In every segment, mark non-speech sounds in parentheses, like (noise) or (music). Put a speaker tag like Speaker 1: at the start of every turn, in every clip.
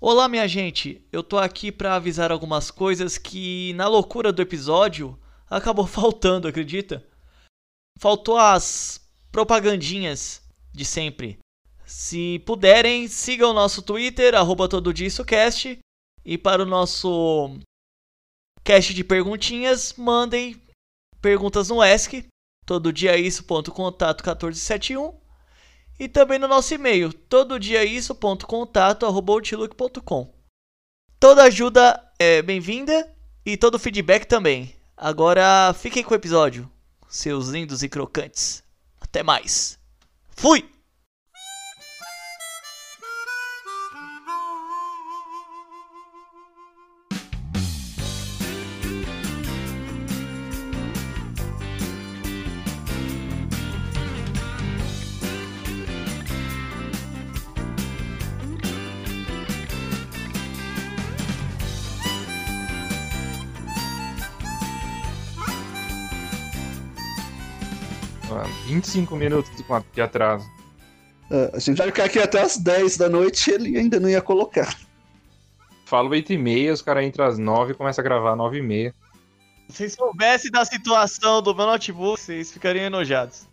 Speaker 1: Olá, minha gente. Eu tô aqui pra avisar algumas coisas que na loucura do episódio acabou (laughs) faltando, acredita? Faltou as propagandinhas de sempre. Se puderem, sigam o nosso Twitter arroba @tododissocast e para o nosso cast de perguntinhas, mandem perguntas no ESC, tododiaisso.contato1471 e também no nosso e-mail, tododiaisso.contato@outlook.com. Toda ajuda é bem-vinda e todo feedback também. Agora fiquem com o episódio, seus lindos e crocantes. Até mais. Fui.
Speaker 2: Mano, 25 minutos de de atraso.
Speaker 3: Ah, A gente vai ficar aqui até as 10 da noite e ele ainda não ia colocar.
Speaker 2: Falo 8 e meia, os caras entram às 9 e começa a gravar 9 e meia.
Speaker 1: Se soubesse da situação do meu notebook, vocês ficariam enojados.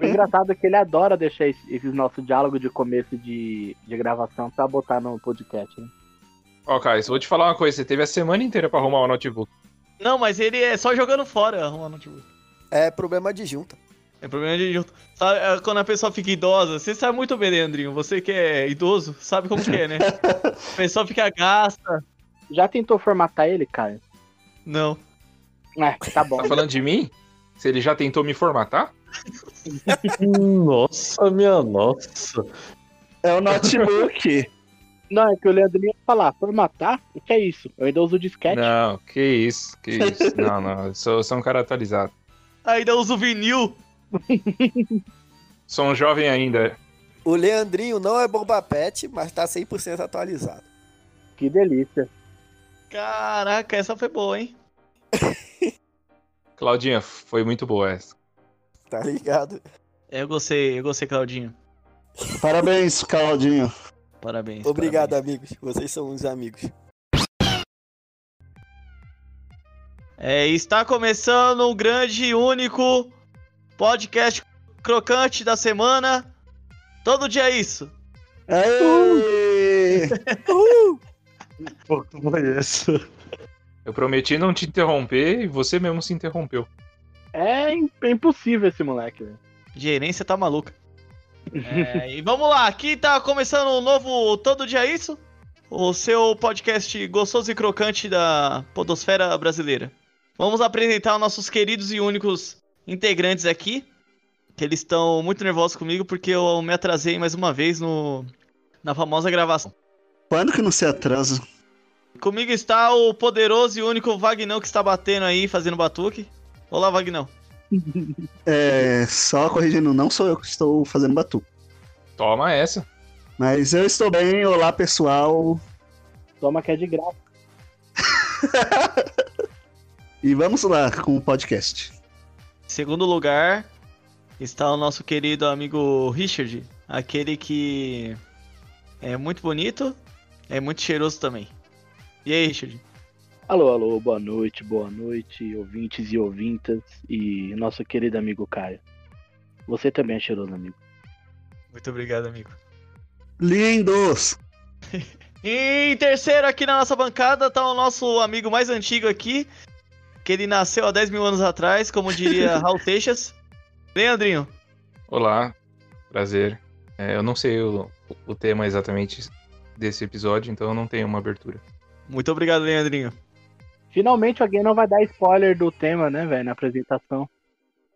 Speaker 4: O engraçado é que ele adora deixar esse, esse nosso diálogo de começo de, de gravação pra botar no podcast. Né?
Speaker 2: Ó, Caio, vou te falar uma coisa, você teve a semana inteira pra arrumar o notebook.
Speaker 1: Não, mas ele é só jogando fora arrumar notebook.
Speaker 5: É problema de junta.
Speaker 1: É problema de junto. Sabe, é, quando a pessoa fica idosa, você sabe muito bem, Leandrinho. Você que é idoso, sabe como que é, né? a pessoa fica gasta.
Speaker 4: Já tentou formatar ele, Caio?
Speaker 1: Não.
Speaker 4: É, tá bom.
Speaker 2: Tá falando de mim? Se ele já tentou me tá? formatar?
Speaker 6: Nossa, minha nossa.
Speaker 3: É o
Speaker 5: (laughs)
Speaker 3: notebook.
Speaker 4: Não, é que o Leandrinho ia falar, formatar? O que é isso? Eu ainda uso disquete.
Speaker 2: Não, que isso, que isso. Não, não, eu sou, sou um cara atualizado.
Speaker 1: Ainda usa o vinil.
Speaker 2: Sou um jovem ainda.
Speaker 5: O Leandrinho não é bomba pet, mas tá 100% atualizado.
Speaker 4: Que delícia.
Speaker 1: Caraca, essa foi boa, hein?
Speaker 2: Claudinha, foi muito boa essa.
Speaker 5: Tá ligado?
Speaker 1: Eu gostei, eu gostei, Claudinho.
Speaker 3: Parabéns, Claudinho.
Speaker 1: Parabéns.
Speaker 5: Obrigado, amigos. Vocês são uns amigos.
Speaker 1: É, está começando o grande e único podcast crocante da semana. Todo dia é isso.
Speaker 3: Aê!
Speaker 6: Pouco foi essa.
Speaker 2: Eu prometi não te interromper e você mesmo se interrompeu.
Speaker 4: É, im- é impossível esse moleque. velho.
Speaker 1: Gerência tá maluca. (laughs) É, e vamos lá, aqui tá começando um novo Todo Dia É Isso, o seu podcast gostoso e crocante da podosfera brasileira. Vamos apresentar os nossos queridos e únicos integrantes aqui, que eles estão muito nervosos comigo porque eu me atrasei mais uma vez no, na famosa gravação.
Speaker 3: Quando que não se atrasa?
Speaker 1: Comigo está o poderoso e único Vagnão que está batendo aí, fazendo batuque. Olá, Vagnão.
Speaker 3: É, só corrigindo, não sou eu que estou fazendo batu.
Speaker 2: Toma essa.
Speaker 3: Mas eu estou bem, olá pessoal.
Speaker 4: Toma que é de graça.
Speaker 3: E vamos lá com o podcast.
Speaker 1: Em segundo lugar está o nosso querido amigo Richard, aquele que é muito bonito, é muito cheiroso também. E aí, Richard?
Speaker 4: Alô, alô, boa noite, boa noite, ouvintes e ouvintas e nosso querido amigo Caio. Você também é cheiroso, amigo.
Speaker 1: Muito obrigado, amigo.
Speaker 3: Lindos!
Speaker 1: E em terceiro aqui na nossa bancada está o nosso amigo mais antigo aqui, que ele nasceu há 10 mil anos atrás, como (laughs) diria Raul Seixas. Leandrinho,
Speaker 2: Olá, prazer. É, eu não sei o, o tema exatamente desse episódio, então eu não tenho uma abertura.
Speaker 1: muito obrigado, Leandrinho.
Speaker 4: Finalmente alguém não vai dar spoiler do tema, né, velho, na apresentação.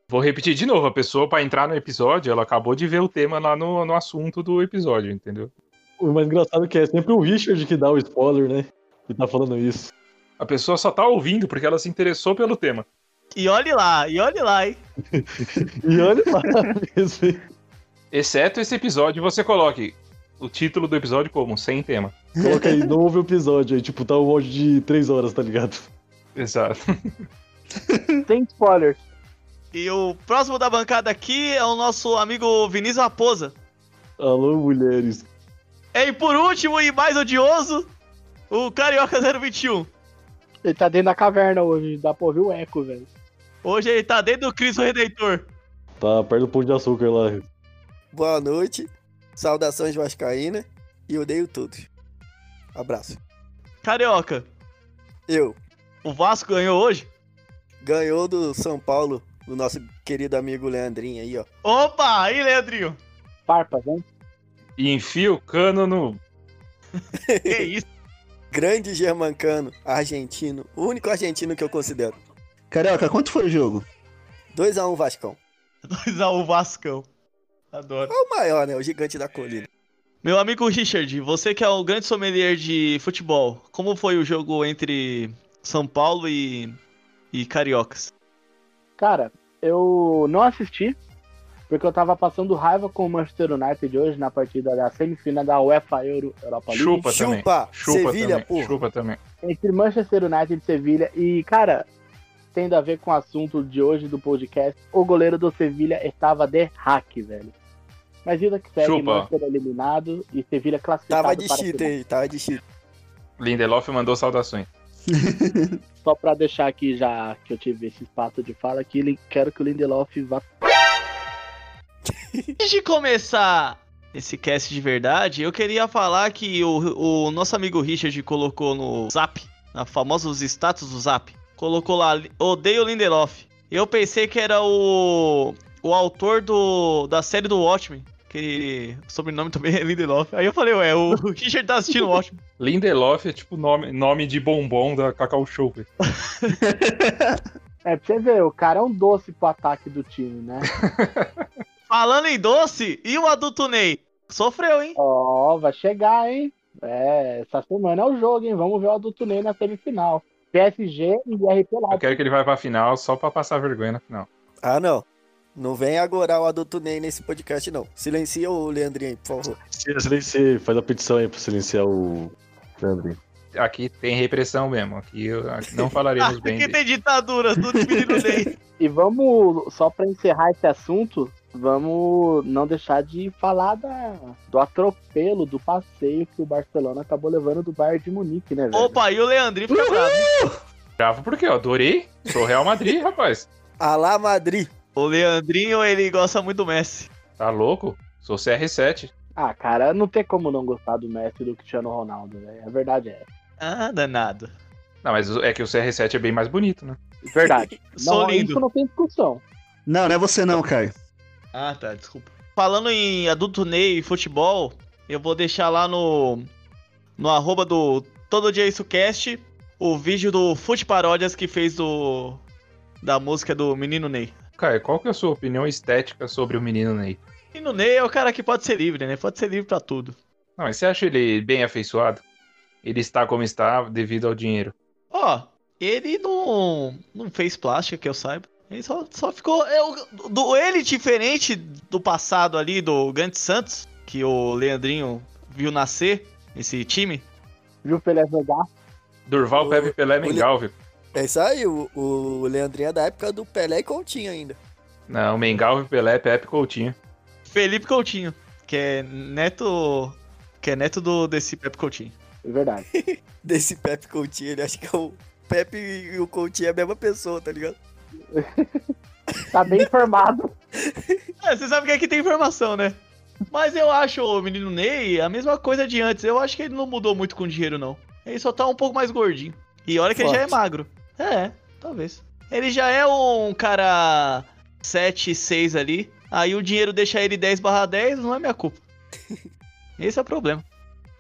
Speaker 2: Vou repetir de novo, a pessoa pra entrar no episódio, ela acabou de ver o tema lá no, no assunto do episódio, entendeu?
Speaker 6: O mais engraçado é que é sempre o Richard que dá o spoiler, né? Que tá falando isso.
Speaker 2: A pessoa só tá ouvindo porque ela se interessou pelo tema.
Speaker 1: E olhe lá, e olhe lá, hein?
Speaker 6: E olha lá (laughs) mesmo. hein?
Speaker 2: Exceto esse episódio, você coloque o título do episódio como sem tema.
Speaker 6: Coloca
Speaker 5: (laughs)
Speaker 6: aí, novo episódio aí, tipo, tá um áudio de três horas, tá ligado?
Speaker 2: Exato.
Speaker 4: Sem spoilers.
Speaker 1: E o próximo da bancada aqui é o nosso amigo Vinícius Raposa.
Speaker 6: Alô, mulheres.
Speaker 1: E por último e mais odioso, O Carioca 021.
Speaker 4: Ele tá dentro da caverna hoje, dá pra ouvir o eco, velho.
Speaker 1: Hoje ele tá dentro do Cristo Redentor.
Speaker 6: Tá perto do pão de açúcar lá.
Speaker 5: Boa noite, saudações Vascaína e odeio todos. Abraço.
Speaker 1: Carioca,
Speaker 5: Eu,
Speaker 1: o Vasco ganhou hoje?
Speaker 5: ganhou do São Paulo, do nosso querido amigo Leandrinho aí, ó.
Speaker 1: Opa, aí, Leandrinho.
Speaker 4: Parpa, vamos.
Speaker 2: E enfia o cano no.
Speaker 1: Que isso? (laughs)
Speaker 5: Grande germancano, argentino, o único argentino que eu considero.
Speaker 3: Carioca, quanto foi o jogo?
Speaker 5: 2x1 Vascão.
Speaker 1: 2x1 Vascão. Adoro.
Speaker 5: É o maior, né? O gigante da colina.
Speaker 1: Meu amigo Richard, você que é o grande sommelier de futebol, como foi o jogo entre São Paulo e, e Cariocas?
Speaker 4: Cara, eu não assisti, porque eu tava passando raiva com o Manchester United hoje na partida da semifinal da UEFA Euro Europa League.
Speaker 2: Chupa também.
Speaker 5: Chupa,
Speaker 2: Chupa
Speaker 5: Sevilha,
Speaker 2: também.
Speaker 5: porra.
Speaker 2: Chupa também.
Speaker 4: Entre Manchester United e Sevilha. E, cara, tendo a ver com o assunto de hoje do podcast, o goleiro do Sevilha estava de hack, velho. Mas ainda que segue,
Speaker 2: Chupa.
Speaker 4: Manchester eliminado e Sevilha classificado
Speaker 5: Tava de
Speaker 4: para a
Speaker 5: cheat
Speaker 4: final.
Speaker 5: aí, tava de cheat.
Speaker 2: Lindelof mandou saudações.
Speaker 4: Só pra deixar aqui já que eu tive esse espaço de fala aqui, li- quero que o Lindelof vá
Speaker 1: Antes de começar esse cast de verdade, eu queria falar que o, o nosso amigo Richard colocou no Zap, na famosos status do Zap, colocou lá, odeio Lindelof. Eu pensei que era o, o autor do, da série do Watchmen, que o sobrenome também é Lindelof. Aí eu falei, ué, o Richard tá assistindo o Watchmen.
Speaker 2: Lindelof é tipo nome, nome de bombom da Cacau Show. velho.
Speaker 4: É, pra você ver, o cara é um doce pro ataque do time, né?
Speaker 1: Falando em doce, e o adulto Ney? Sofreu, hein?
Speaker 4: Ó, vai chegar, hein? É, essa semana é o jogo, hein? Vamos ver o adulto Ney na semifinal. PSG e RP
Speaker 2: Eu
Speaker 4: Leipzig.
Speaker 2: quero que ele vá pra final só pra passar vergonha na final.
Speaker 5: Ah, não. Não vem agora o adulto Ney nesse podcast, não. Silencia o Leandrinho aí, por favor.
Speaker 6: Silencia, faz a petição aí pra silenciar o Leandrinho.
Speaker 2: Aqui tem repressão mesmo. Aqui, eu- aqui não falaremos bem
Speaker 1: Aqui
Speaker 2: dele.
Speaker 1: tem ditaduras do menino Ney.
Speaker 4: E vamos, só pra encerrar esse assunto, vamos não deixar de falar da, do atropelo, do passeio que o Barcelona acabou levando do Bayern de Munique, né, velho?
Speaker 1: Opa, e o Leandrinho fica bravo. hein?
Speaker 2: Bravo porque eu adorei. Sou Real Madrid, rapaz.
Speaker 5: Alá Madrid.
Speaker 1: O Leandrinho, ele gosta muito do Messi.
Speaker 2: Tá louco? Sou CR7.
Speaker 4: Ah, cara, não tem como não gostar do Messi e do Cristiano Ronaldo, velho. A verdade é.
Speaker 1: Ah, danado.
Speaker 2: Não, mas é que o CR7 é bem mais bonito, né?
Speaker 4: Verdade.
Speaker 1: Sou
Speaker 4: não,
Speaker 1: lindo.
Speaker 4: Isso não tem discussão.
Speaker 3: Não, não é você não, Caio.
Speaker 1: Ah, tá, desculpa. Falando em adulto Ney e futebol, eu vou deixar lá no no arroba do Todo Dia Isso Cast o vídeo do Fute Paródias que fez do da música do Menino Ney.
Speaker 2: Cara, qual que é a sua opinião estética sobre o menino Ney?
Speaker 1: Menino Ney é o cara que pode ser livre, né? Pode ser livre pra tudo.
Speaker 2: Não, mas você acha ele bem afeiçoado? Ele está como está devido ao dinheiro.
Speaker 1: Ó, ele não, não fez plástica, que eu saiba. Ele só, só ficou. é o- do, ele, diferente do passado ali do Gante Santos, que o Leandrinho viu nascer, esse time.
Speaker 4: Viu o Pelé jogar?
Speaker 2: Durval,
Speaker 5: O-
Speaker 2: Pepe, Pelé, Mengal, viu?
Speaker 5: É isso aí, o, o Leandrinho é da época do Pelé e Coutinho ainda.
Speaker 2: Não, Mengal, Pelé, Pepe, Coutinho.
Speaker 1: Felipe Coutinho, que é neto. Que é neto do, desse Pepe Coutinho.
Speaker 4: É verdade.
Speaker 5: Desse Pepe Coutinho, ele acha que é o Pepe e o Coutinho é a mesma pessoa, tá ligado?
Speaker 4: Tá bem (laughs) informado.
Speaker 1: É, você sabe que aqui tem informação, né? Mas eu acho o menino Ney a mesma coisa de antes. Eu acho que ele não mudou muito com o dinheiro, não. Ele só tá um pouco mais gordinho. E olha que ele já é
Speaker 5: Forte.
Speaker 1: magro. É, talvez. Ele já é um cara 7, 6 ali. Aí o dinheiro deixa ele 10 barra 10, não é minha culpa. Esse é o problema.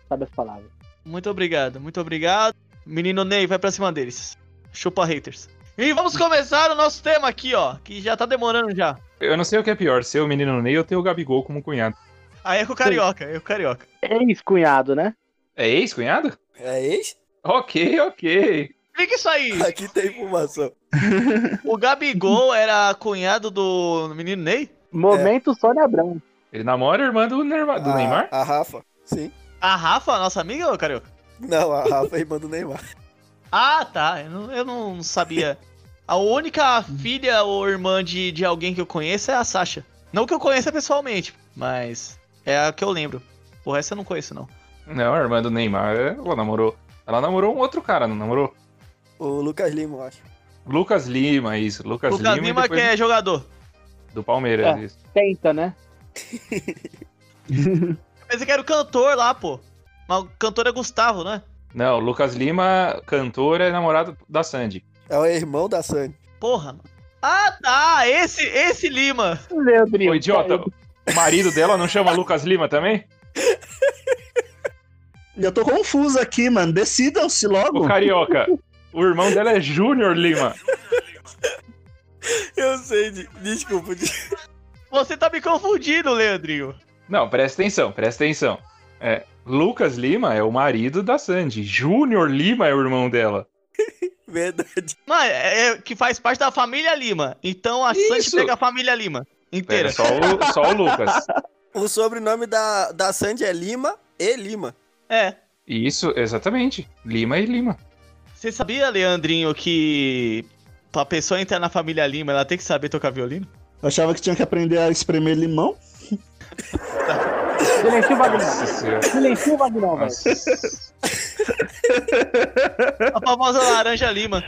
Speaker 4: Sabe as palavras.
Speaker 1: Muito obrigado, muito obrigado. Menino Ney, vai pra cima deles. Chupa haters. E vamos começar o nosso tema aqui, ó. Que já tá demorando já.
Speaker 2: Eu não sei o que é pior, ser o menino Ney ou ter o Gabigol como cunhado.
Speaker 1: Aí é com o carioca, é com o carioca.
Speaker 4: Ex-cunhado, né?
Speaker 2: É ex-cunhado?
Speaker 5: É ex?
Speaker 2: Ok, ok.
Speaker 1: Explica isso aí.
Speaker 5: Aqui tem informação.
Speaker 1: O Gabigol era cunhado do menino Ney?
Speaker 4: Momento Sônia Abrão.
Speaker 2: Ele namora a irmã do, Nerma- do
Speaker 5: A-
Speaker 2: Neymar?
Speaker 5: A Rafa, sim.
Speaker 1: A Rafa, nossa amiga, ô carioca?
Speaker 5: Não, a Rafa é irmã do Neymar.
Speaker 1: Ah, tá. Eu não, eu não sabia. A única filha ou irmã de, de alguém que eu conheço é a Sasha. Não que eu conheça pessoalmente, mas é a que eu lembro. O resto eu não conheço, não.
Speaker 2: Não, a irmã do Neymar, ela namorou Ela namorou um outro cara, não namorou?
Speaker 5: O Lucas Lima, eu acho.
Speaker 2: Lucas Lima, isso. Lucas,
Speaker 1: Lucas
Speaker 2: Lima, e
Speaker 1: Lima que
Speaker 2: depois
Speaker 1: é jogador.
Speaker 2: do Palmeiras,
Speaker 4: É.
Speaker 2: isso.
Speaker 4: Tenta, né?
Speaker 1: Mas eu quero cantor lá, pô. Mas o cantor é Gustavo, né?
Speaker 2: Não, Lucas Lima, cantor, é namorado da Sandy.
Speaker 5: É o irmão da Sandy.
Speaker 1: Porra, mano. Ah, tá. Esse, esse Lima.
Speaker 4: Leandrinho.
Speaker 2: Ô, idiota,
Speaker 4: caiu.
Speaker 2: o marido dela não chama Lucas Lima também?
Speaker 3: Eu tô confuso aqui, mano. Decidam-se
Speaker 2: O
Speaker 3: logo.
Speaker 2: carioca. O irmão dela é Júnior Lima.
Speaker 5: Eu sei, de- desculpa. de-
Speaker 1: Você tá me confundindo, Leandrinho.
Speaker 2: Não, presta atenção, presta atenção. É, Lucas Lima é o marido da Sandy. Júnior Lima é o irmão dela.
Speaker 5: Verdade.
Speaker 1: Mas é, é que faz parte da família Lima. Então a Sandy
Speaker 2: Isso.
Speaker 1: pega a família Lima
Speaker 2: Pera,
Speaker 1: inteira.
Speaker 2: só o, só o Lucas.
Speaker 5: O sobrenome da, da Sandy é Lima e Lima.
Speaker 1: É.
Speaker 2: Isso, exatamente. Lima e Lima.
Speaker 1: Você sabia, Leandrinho, que pra pessoa entrar na família Lima, ela tem que saber tocar violino?
Speaker 3: Eu achava que tinha que aprender a espremer limão.
Speaker 4: É, Silencia o Vagnão.
Speaker 2: Nossa senhora.
Speaker 4: Silencia o Vagnão, velho.
Speaker 2: Nossa.
Speaker 1: A famosa laranja Lima.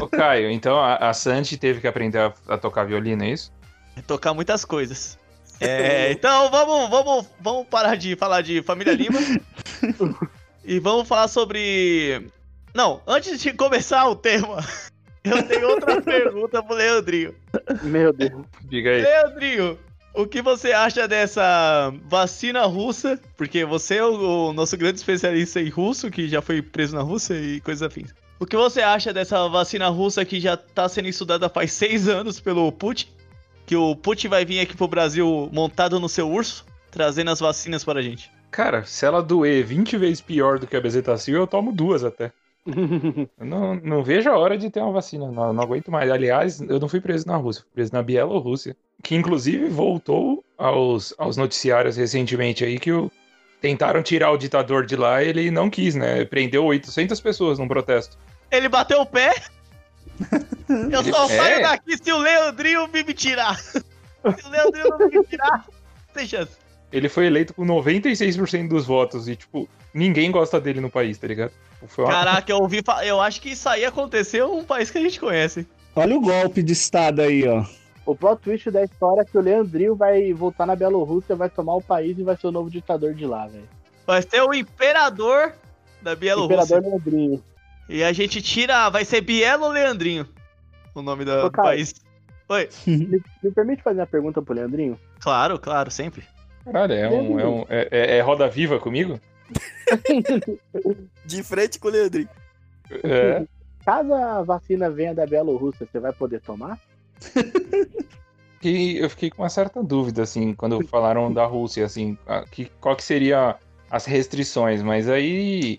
Speaker 2: Ô, Caio, então a, a Sandy teve que aprender a, a tocar violino, é isso?
Speaker 1: É tocar muitas coisas. É, então vamos, vamos, vamos parar de falar de família Lima. e vamos falar sobre. Não, antes de começar o tema, (laughs) eu tenho outra pergunta pro Leandrinho.
Speaker 4: Meu Deus.
Speaker 2: Diga aí.
Speaker 1: Leandrinho, o que você acha dessa vacina russa? Porque você é o, o nosso grande especialista em russo, que já foi preso na Rússia e coisas afins. O que você acha dessa vacina russa que já tá sendo estudada faz seis anos pelo Putin? Que o Putin vai vir aqui pro Brasil montado no seu urso, trazendo as vacinas para a gente.
Speaker 2: Cara, se ela doer 20 vezes pior do que a bezetacil, eu tomo duas até. Eu não, não vejo a hora de ter uma vacina, não, não aguento mais. Aliás, eu não fui preso na Rússia, fui preso na Bielorrússia, que inclusive voltou aos, aos noticiários recentemente aí que o, tentaram tirar o ditador de lá e ele não quis, né? Prendeu 800 pessoas num protesto.
Speaker 1: Ele bateu o pé? Eu só
Speaker 2: É.
Speaker 1: saio daqui se o Leandrinho me tirar. (laughs) Se o Leandrinho não me tirar, (laughs) assim. tem chance.
Speaker 2: Ele foi eleito com 96% dos votos e, tipo, ninguém gosta dele no país, tá ligado? Foi uma-
Speaker 1: Caraca, eu ouvi fa- Eu acho que isso aí aconteceu num país que a gente conhece.
Speaker 3: Olha o golpe de estado aí, ó.
Speaker 4: O plot twist da história é que o Leandrinho vai voltar na Bielorrússia, vai tomar o país e vai ser o novo ditador de lá, velho.
Speaker 1: Vai ser o imperador da Bielorrússia.
Speaker 4: Imperador Leandrinho.
Speaker 1: E a gente tira. Vai ser Bielo Leandrinho. O nome da-
Speaker 4: Ô,
Speaker 1: do
Speaker 4: cara.
Speaker 1: país. Oi.
Speaker 4: Me permite fazer uma pergunta pro Leandrinho?
Speaker 1: Claro, claro, sempre.
Speaker 2: Caralho, é, um, é, um, é, é- é roda viva comigo?
Speaker 5: De frente com o Leandrinho.
Speaker 2: É.
Speaker 4: Caso a vacina venha da Bielorrússia, você vai
Speaker 1: (laughs)
Speaker 4: poder tomar?
Speaker 2: E eu fiquei com uma certa dúvida, assim, quando falaram da Rússia, assim, a- que, qual que seria as restrições, mas aí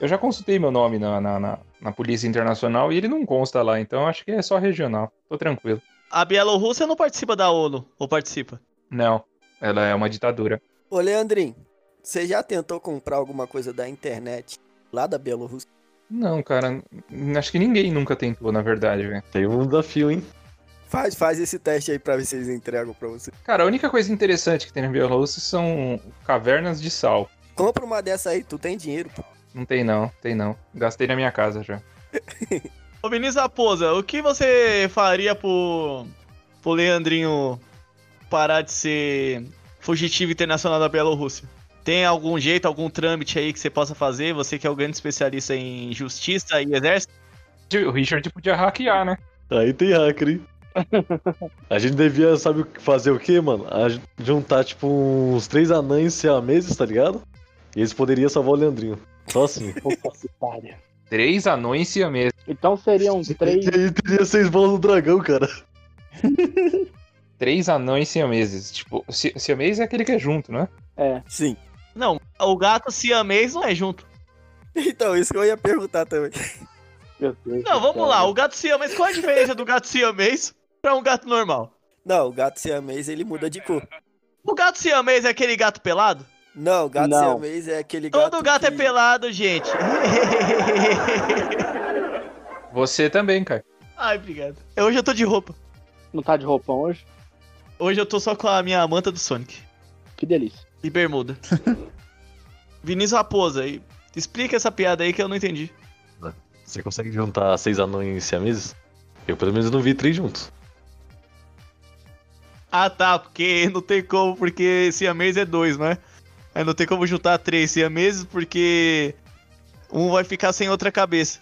Speaker 2: eu já consultei meu nome na, na, na- na Polícia Internacional e ele não consta lá, então acho que é só regional, tô tranquilo.
Speaker 1: A Bielorrússia não participa da ONU. Ou participa?
Speaker 2: Não, ela é uma ditadura.
Speaker 5: Ô, Leandrinho, você já tentou comprar alguma coisa da internet lá da Bielorrússia?
Speaker 2: Não, cara, n- acho que ninguém nunca tentou, na verdade, velho.
Speaker 6: Tem um desafio, hein?
Speaker 5: Faz, faz esse teste aí pra ver se eles entregam pra você.
Speaker 2: Cara, a única coisa interessante que tem na Bielorrússia são cavernas de sal.
Speaker 5: Compra uma dessa aí, tu tem dinheiro, pô.
Speaker 2: Não tem não, tem não. Gastei na minha casa já.
Speaker 1: Ô, Vinícius Raposa, o que você faria pro. pro Leandrinho parar de ser fugitivo internacional da Bielorrússia? Tem algum jeito, algum trâmite aí que você possa fazer? Você que é o grande especialista em justiça e exército?
Speaker 2: O Richard podia hackear, né?
Speaker 6: Aí tem hacker, hein? A gente devia, sabe, o que- fazer o quê, mano? A ju- juntar, tipo, uns três anães siameses, tá ligado? E eles poderiam salvar o Leandrinho. Só assim.
Speaker 4: Puta que pariu.
Speaker 2: Três anões siameses.
Speaker 4: Então
Speaker 1: (laughs)
Speaker 4: seriam três.
Speaker 6: E aí teria seis bolas do dragão, cara.
Speaker 2: Três anões siameses. Tipo, si siamês é aquele que é junto, né?
Speaker 4: É.
Speaker 5: Sim.
Speaker 1: Não, o gato siamês não é junto.
Speaker 5: Então, isso que eu ia perguntar também.
Speaker 4: Meu Deus.
Speaker 1: Não,
Speaker 4: do
Speaker 1: vamos
Speaker 4: céu. né?
Speaker 1: lá, o gato siamês, qual a diferença do gato siamês pra um gato normal?
Speaker 5: Não, o gato siamês, ele muda de cor.
Speaker 1: O gato siamês é aquele gato pelado?
Speaker 5: Não, o gato
Speaker 4: Não.
Speaker 5: siamês é aquele gato
Speaker 1: Todo gato é
Speaker 5: que-
Speaker 1: pelado, gente. (laughs)
Speaker 2: Você também, cara.
Speaker 1: Ai, obrigado. Hoje eu tô de roupa.
Speaker 4: Não tá de roupão hoje?
Speaker 1: Hoje eu tô só com a minha manta do Sonic
Speaker 5: (laughs)
Speaker 4: Que delícia. (laughs)
Speaker 1: e bermuda. Vinícius Raposa, e Explica essa piada aí que eu não entendi.
Speaker 6: Você consegue juntar seis anões siameses? Eu pelo menos não vi três juntos.
Speaker 1: Ah tá, porque (laughs) não tem como, porque siamês é dois, né? Aí não tem como juntar três siameses porque um vai ficar sem outra cabeça.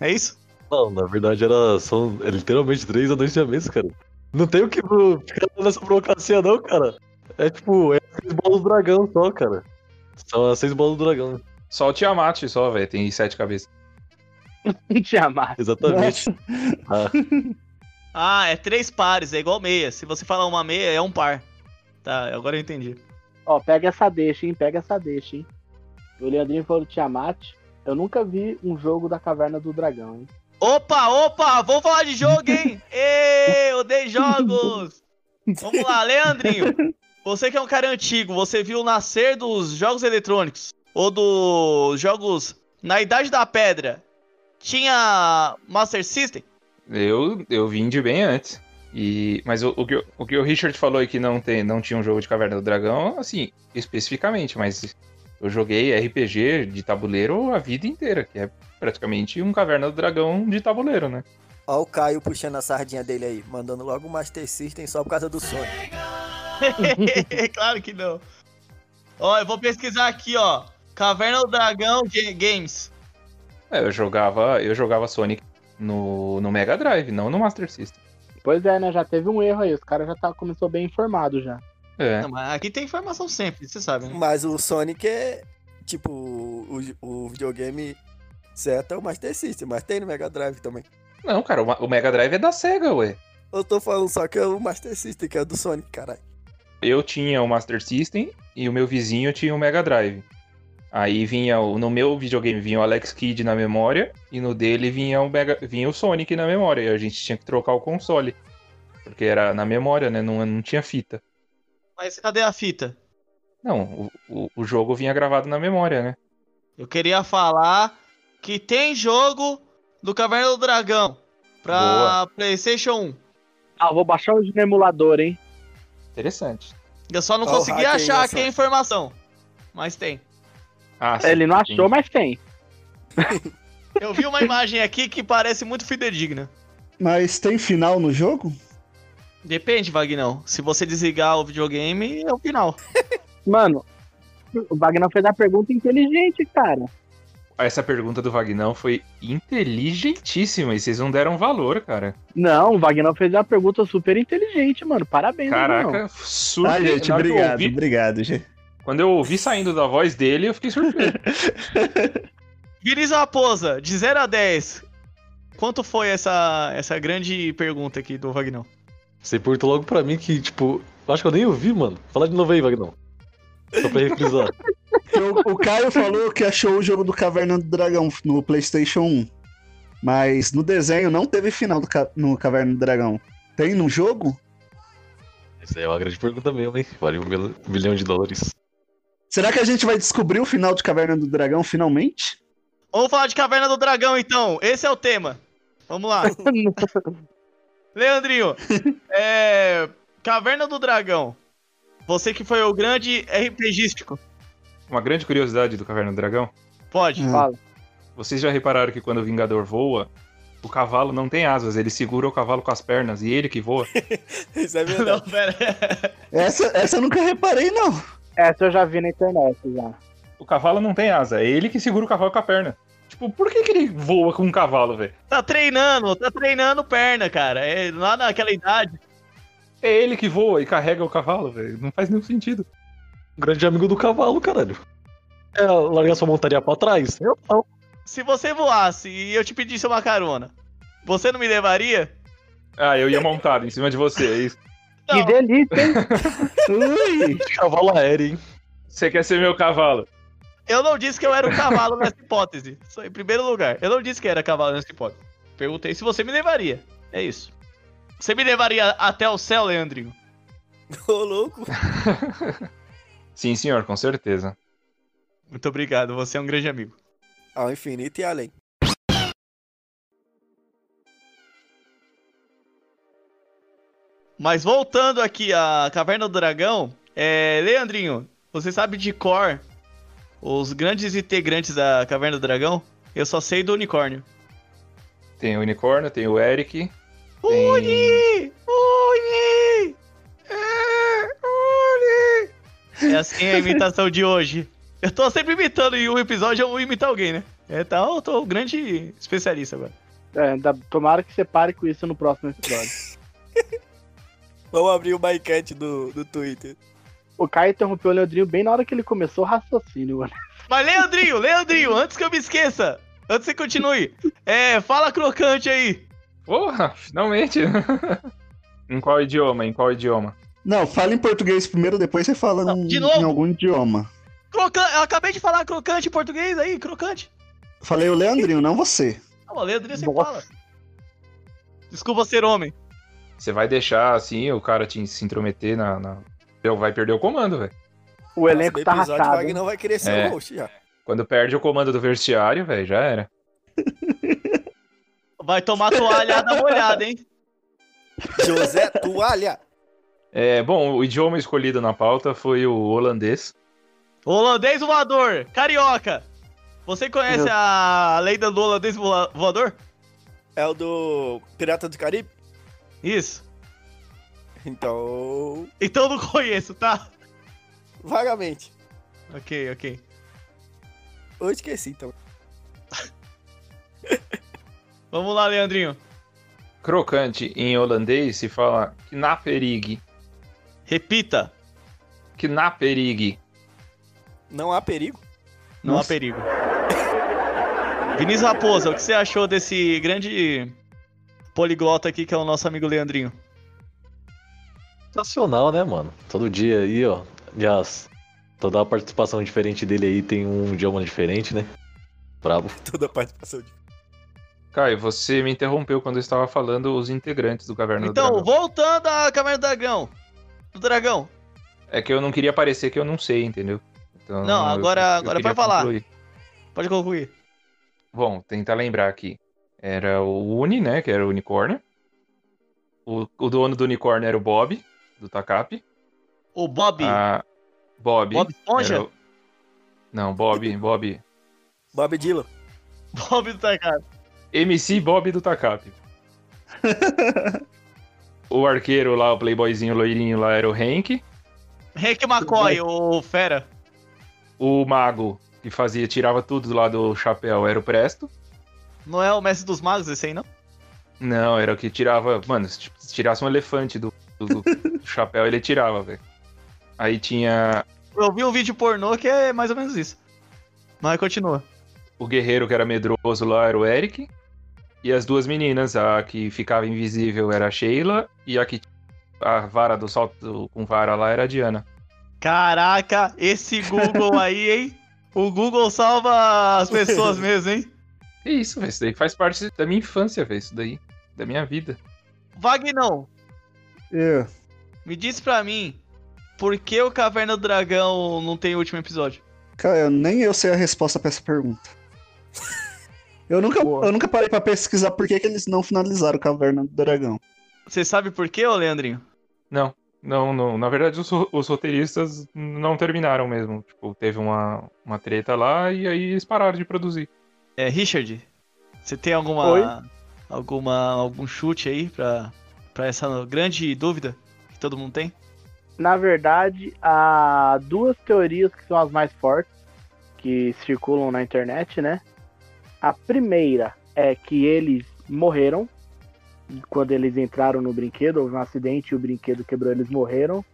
Speaker 1: É isso?
Speaker 6: Não, na verdade era são é literalmente três anões siameses, cara. Não tem o que pro- ficar dando essa burocracia não, cara. É tipo, é seis bolas do dragão só, cara. São as seis bolas do dragão,
Speaker 2: Só o Tiamat só, velho. Tem sete cabeças.
Speaker 4: Tiamat.
Speaker 6: exatamente.
Speaker 1: Ah, é três pares, é igual meia. Se você falar uma meia, é um par. Tá, agora eu entendi.
Speaker 4: Ó, pega essa deixa, hein? Pega essa deixa, hein? O Leandrinho falou do Tiamat. Eu nunca vi um jogo da Caverna do Dragão, hein?
Speaker 1: Opa, opa, vamos falar de jogo, hein? Ê, odeio jogos! Vamos lá, Leandrinho. Você que é um cara antigo, você viu o nascer dos jogos eletrônicos ou dos jogos na Idade da Pedra? Tinha Master System? (laughs)
Speaker 2: Eu, eu vim de bem antes. E, mas o, o que, o- o que o Richard falou aí que não, tem, não tinha um jogo de Caverna do Dragão, assim, especificamente, mas eu joguei RPG de tabuleiro a vida inteira, que é praticamente um Caverna do Dragão de tabuleiro, né?
Speaker 5: Ó o Caio puxando a sardinha dele aí, mandando logo o Master System só por causa do Sonic.
Speaker 1: claro que não. Ó, eu vou pesquisar aqui, ó. Caverna do Dragão Ga- Games.
Speaker 2: É, eu jogava, eu jogava Sonic no, no Mega Drive, não no Master System.
Speaker 4: Pois é, né? Já teve um erro aí. Os caras já tá, começou bem informado já.
Speaker 2: É.
Speaker 1: Não, mas aqui tem informação sempre, você sabe, né?
Speaker 5: Mas o Sonic é, tipo, o, o videogame certo é o Master System, mas tem no Mega Drive também.
Speaker 2: Não, cara, o Ma- o Mega Drive é da SEGA, ué.
Speaker 5: Eu tô falando só que é o Master System, que é o do Sonic, caralho. (laughs)
Speaker 2: eu tinha o Master System e o meu vizinho tinha o Mega Drive. Aí vinha o, no meu videogame vinha o Alex Kidd na memória e no dele vinha o Mega, vinha o Sonic na memória. E a gente tinha que trocar o console. Porque era na memória, né? Não, não tinha fita.
Speaker 1: Mas cadê a fita?
Speaker 2: Não, o, o- o jogo vinha gravado na memória, né?
Speaker 1: Eu queria falar que tem jogo do Caverna do Dragão pra PlayStation 1.
Speaker 4: Ah, eu vou baixar hoje no emulador, hein?
Speaker 2: Interessante.
Speaker 1: Eu só não
Speaker 5: Ó o
Speaker 1: consegui
Speaker 5: hack aí,
Speaker 1: achar
Speaker 5: ó,
Speaker 1: aqui a
Speaker 5: só.
Speaker 1: informação. Mas tem.
Speaker 2: Ah,
Speaker 4: Ele não
Speaker 2: sim.
Speaker 4: achou, mas tem.
Speaker 1: Eu vi uma (laughs) imagem aqui que parece muito fidedigna.
Speaker 3: Mas tem final no jogo?
Speaker 1: Depende, Vagnão. Se você desligar o videogame, é o final.
Speaker 4: Mano, o Wagner fez a pergunta inteligente, cara.
Speaker 2: Essa pergunta do Vagnão foi inteligentíssima e vocês não deram valor, cara.
Speaker 4: Não, o Wagner fez uma pergunta super inteligente, mano. Parabéns, Wagner.
Speaker 2: Caraca, surpreendente.
Speaker 3: ah, gente, obrigado, obrigado, gente.
Speaker 2: Quando eu ouvi saindo da voz dele, eu fiquei surpreso.
Speaker 1: Vires Raposa, de 0 a 10. Quanto foi essa, essa grande pergunta aqui do Vagnão?
Speaker 6: Você perguntou logo pra mim que, tipo, eu acho que eu nem ouvi, mano. Fala de novo aí, Vagnão. Só pra refrisar.
Speaker 3: O, o Caio falou que achou o jogo do Caverna do Dragão no PlayStation 1. Mas no desenho não teve final do ca- no Caverna do Dragão. Tem no jogo?
Speaker 6: (laughs) Essa aí é uma grande pergunta mesmo, hein? Vale um mil- um milhão de dólares.
Speaker 3: Será que a gente vai descobrir o final de Caverna do Dragão finalmente?
Speaker 1: Vamos falar de Caverna do Dragão, então. Esse é o tema. Vamos lá. Leandrinho, é... Caverna do Dragão. Você que foi o grande RPGístico.
Speaker 2: Uma grande curiosidade do Caverna do Dragão
Speaker 1: Pode.
Speaker 3: Ah.
Speaker 4: Fala.
Speaker 2: Vocês já repararam que quando o Vingador voa, o cavalo não tem asas, ele segura o cavalo com as pernas e ele que
Speaker 6: (laughs)
Speaker 2: voa.
Speaker 5: Isso é
Speaker 1: Não,
Speaker 5: verdade.
Speaker 1: pera.
Speaker 3: Essa, essa eu nunca reparei, não.
Speaker 4: (laughs) Essa eu já vi na internet já.
Speaker 2: O cavalo não tem asa, é ele que segura o cavalo com a perna. Tipo, por que, que ele voa com um cavalo, velho?
Speaker 1: Tá treinando, tá treinando perna, cara. É, lá naquela idade.
Speaker 2: É ele que voa e carrega o cavalo, velho. Não faz nenhum sentido.
Speaker 6: Um grande amigo do cavalo, caralho. É largar sua montaria pra trás? Eu não.
Speaker 1: Se você voasse e eu te pedisse uma carona, você não me levaria?
Speaker 2: Ah, eu ia montado em cima de você. é isso.
Speaker 1: Não.
Speaker 4: Que delícia, hein?
Speaker 3: Ui!
Speaker 6: De (laughs) cavalo aéreo, hein?
Speaker 2: Você quer ser meu cavalo?
Speaker 1: Eu não disse que eu era um cavalo nessa hipótese. Só em primeiro lugar, eu não disse que era cavalo nessa hipótese. Perguntei se você me levaria. É isso. Você me levaria até o céu, Leandrinho?
Speaker 5: Ô, louco.
Speaker 2: Sim, senhor, com certeza.
Speaker 1: Muito obrigado, você é um grande amigo.
Speaker 5: Ao infinito e além.
Speaker 1: Mas voltando aqui à Caverna do Dragão, é, Leandrinho, você sabe de cor Os grandes integrantes da Caverna do Dragão, eu só sei do unicórnio.
Speaker 2: Tem o Unicórnio, tem o Eric. Tem-
Speaker 1: Uni! Uni! É, Uni! É assim a imitação de hoje. Eu tô sempre imitando e um episódio eu vou imitar alguém, né? Então eu tô um grande especialista agora.
Speaker 4: É, ainda- tomara que você pare com isso no próximo episódio.
Speaker 5: (laughs) Vamos abrir uma enquete do, do Twitter.
Speaker 4: o Caio interrompeu o Leandrinho bem na hora que ele começou o raciocínio, mano.
Speaker 1: Mas Leandrinho, Leandrinho, antes que eu me esqueça, antes que você continue, é, fala crocante aí.
Speaker 2: Porra, finalmente! (laughs) em qual idioma? Em qual idioma?
Speaker 3: Não, fala em português primeiro, depois você fala
Speaker 1: Não,
Speaker 3: num-
Speaker 1: de novo?
Speaker 3: em algum idioma.
Speaker 1: Crocante, eu acabei de falar crocante em português aí, crocante. É
Speaker 3: Falei o Leandrinho, não você.
Speaker 1: Não, o Leandrinho sempre
Speaker 4: Nossa.
Speaker 1: fala. Desculpa ser homem.
Speaker 2: Você vai deixar assim o cara te se intrometer na. na- Entendeu? Vai perder o comando, velho.
Speaker 4: O elenco
Speaker 5: Próximo
Speaker 4: tá
Speaker 5: episódio, O
Speaker 4: rachado. hein?
Speaker 5: Wagner vai querer ser
Speaker 2: É.
Speaker 5: o host já.
Speaker 2: Quando perde o comando do vestiário, velho, já era.
Speaker 1: Vai tomar toalhada molhada, hein?
Speaker 5: José Toalha.
Speaker 2: É, bom, o idioma escolhido na pauta foi o holandês.
Speaker 1: Holandês voador, carioca. Você conhece
Speaker 4: Eu-
Speaker 1: a lenda do holandês voa- voador?
Speaker 5: É o do Pirata do Caribe?
Speaker 1: Isso.
Speaker 5: Então,
Speaker 1: Então eu não conheço, tá?
Speaker 5: vagamente.
Speaker 1: Ok, ok.
Speaker 5: Eu esqueci, então.
Speaker 1: Vamos lá, Leandrinho.
Speaker 2: Crocante em holandês se fala knaperig.
Speaker 1: Repita.
Speaker 2: Knaperig.
Speaker 5: Não há perigo.
Speaker 1: Não há
Speaker 3: Nossa.
Speaker 1: perigo. Vinícius Raposa, o que você achou desse grande poliglota aqui que é o nosso amigo Leandrinho?
Speaker 6: Sensacional, né, mano? Todo dia aí, ó. Aliás, toda a participação diferente dele aí tem um idioma diferente, né? Brabo.
Speaker 5: Toda a participação de.
Speaker 2: Caio, você me interrompeu quando eu estava falando os integrantes do Caverna do
Speaker 1: Então,
Speaker 2: Dragão.
Speaker 1: voltando à Caverna do Dragão. Do Dragão.
Speaker 2: É que eu não queria parecer que eu não sei, entendeu? Então,
Speaker 1: Não, agora- agora vai
Speaker 2: queria
Speaker 1: falar.
Speaker 2: concluir.
Speaker 1: Pode concluir.
Speaker 2: Bom, tentar lembrar aqui. Era o Uni, né? Que era o unicórnio. O, o dono do unicórnio era o Bob, do Takap.
Speaker 1: O Bob.
Speaker 2: A Ah, Bob.
Speaker 1: Bob Esponja?
Speaker 2: era o- Não, Bob, Bob.
Speaker 5: Bob Dylan.
Speaker 1: (laughs) Bob tá do Takara.
Speaker 2: MC Bob
Speaker 1: (laughs)
Speaker 2: do Takap. o arqueiro lá, o playboyzinho loirinho lá era o Hank.
Speaker 1: Hank McCoy, o fera.
Speaker 2: O mago, que fazia, tirava tudo lá do chapéu, era o Presto.
Speaker 1: Não é o mestre dos magos esse aí, não?
Speaker 2: Não, era o que tirava. Mano, se se tirasse um elefante do, do- do
Speaker 1: (laughs)
Speaker 2: chapéu, ele tirava, velho. Aí tinha
Speaker 1: Eu vi um vídeo pornô que é mais ou menos isso. Mas continua.
Speaker 2: o guerreiro que era medroso lá, era o Eric. E as duas meninas, a que ficava invisível era a Sheila. E a que a vara do salto com vara lá era a Diana.
Speaker 1: Caraca, esse
Speaker 2: (laughs)
Speaker 1: Google aí, hein? O Google salva as pessoas mesmo, hein?
Speaker 2: Que É isso, velho. Isso daí faz parte da minha infância, velho. Isso daí. Da minha vida.
Speaker 1: Vagnão,
Speaker 3: É.
Speaker 1: me diz pra mim por que o Caverna do Dragão não tem o último episódio?
Speaker 3: Cara, nem eu sei a resposta pra essa pergunta. Eu nunca,
Speaker 4: Boa.
Speaker 3: eu nunca parei pra pesquisar por que, que eles não finalizaram Caverna do Dragão.
Speaker 1: Você sabe por quê, ô Leandrinho?
Speaker 2: Não, não. Na verdade, os, ro- os roteiristas não terminaram mesmo. Tipo, teve uma, uma treta lá e aí eles pararam de produzir.
Speaker 1: É, Richard, você tem alguma.
Speaker 4: Oi?
Speaker 1: alguma. algum chute aí pra, pra essa grande dúvida que todo mundo tem?
Speaker 4: Na verdade, há duas teorias que são as mais fortes que circulam na internet, né? A primeira é que eles morreram e quando eles entraram no brinquedo, houve um acidente e o brinquedo quebrou, eles morreram.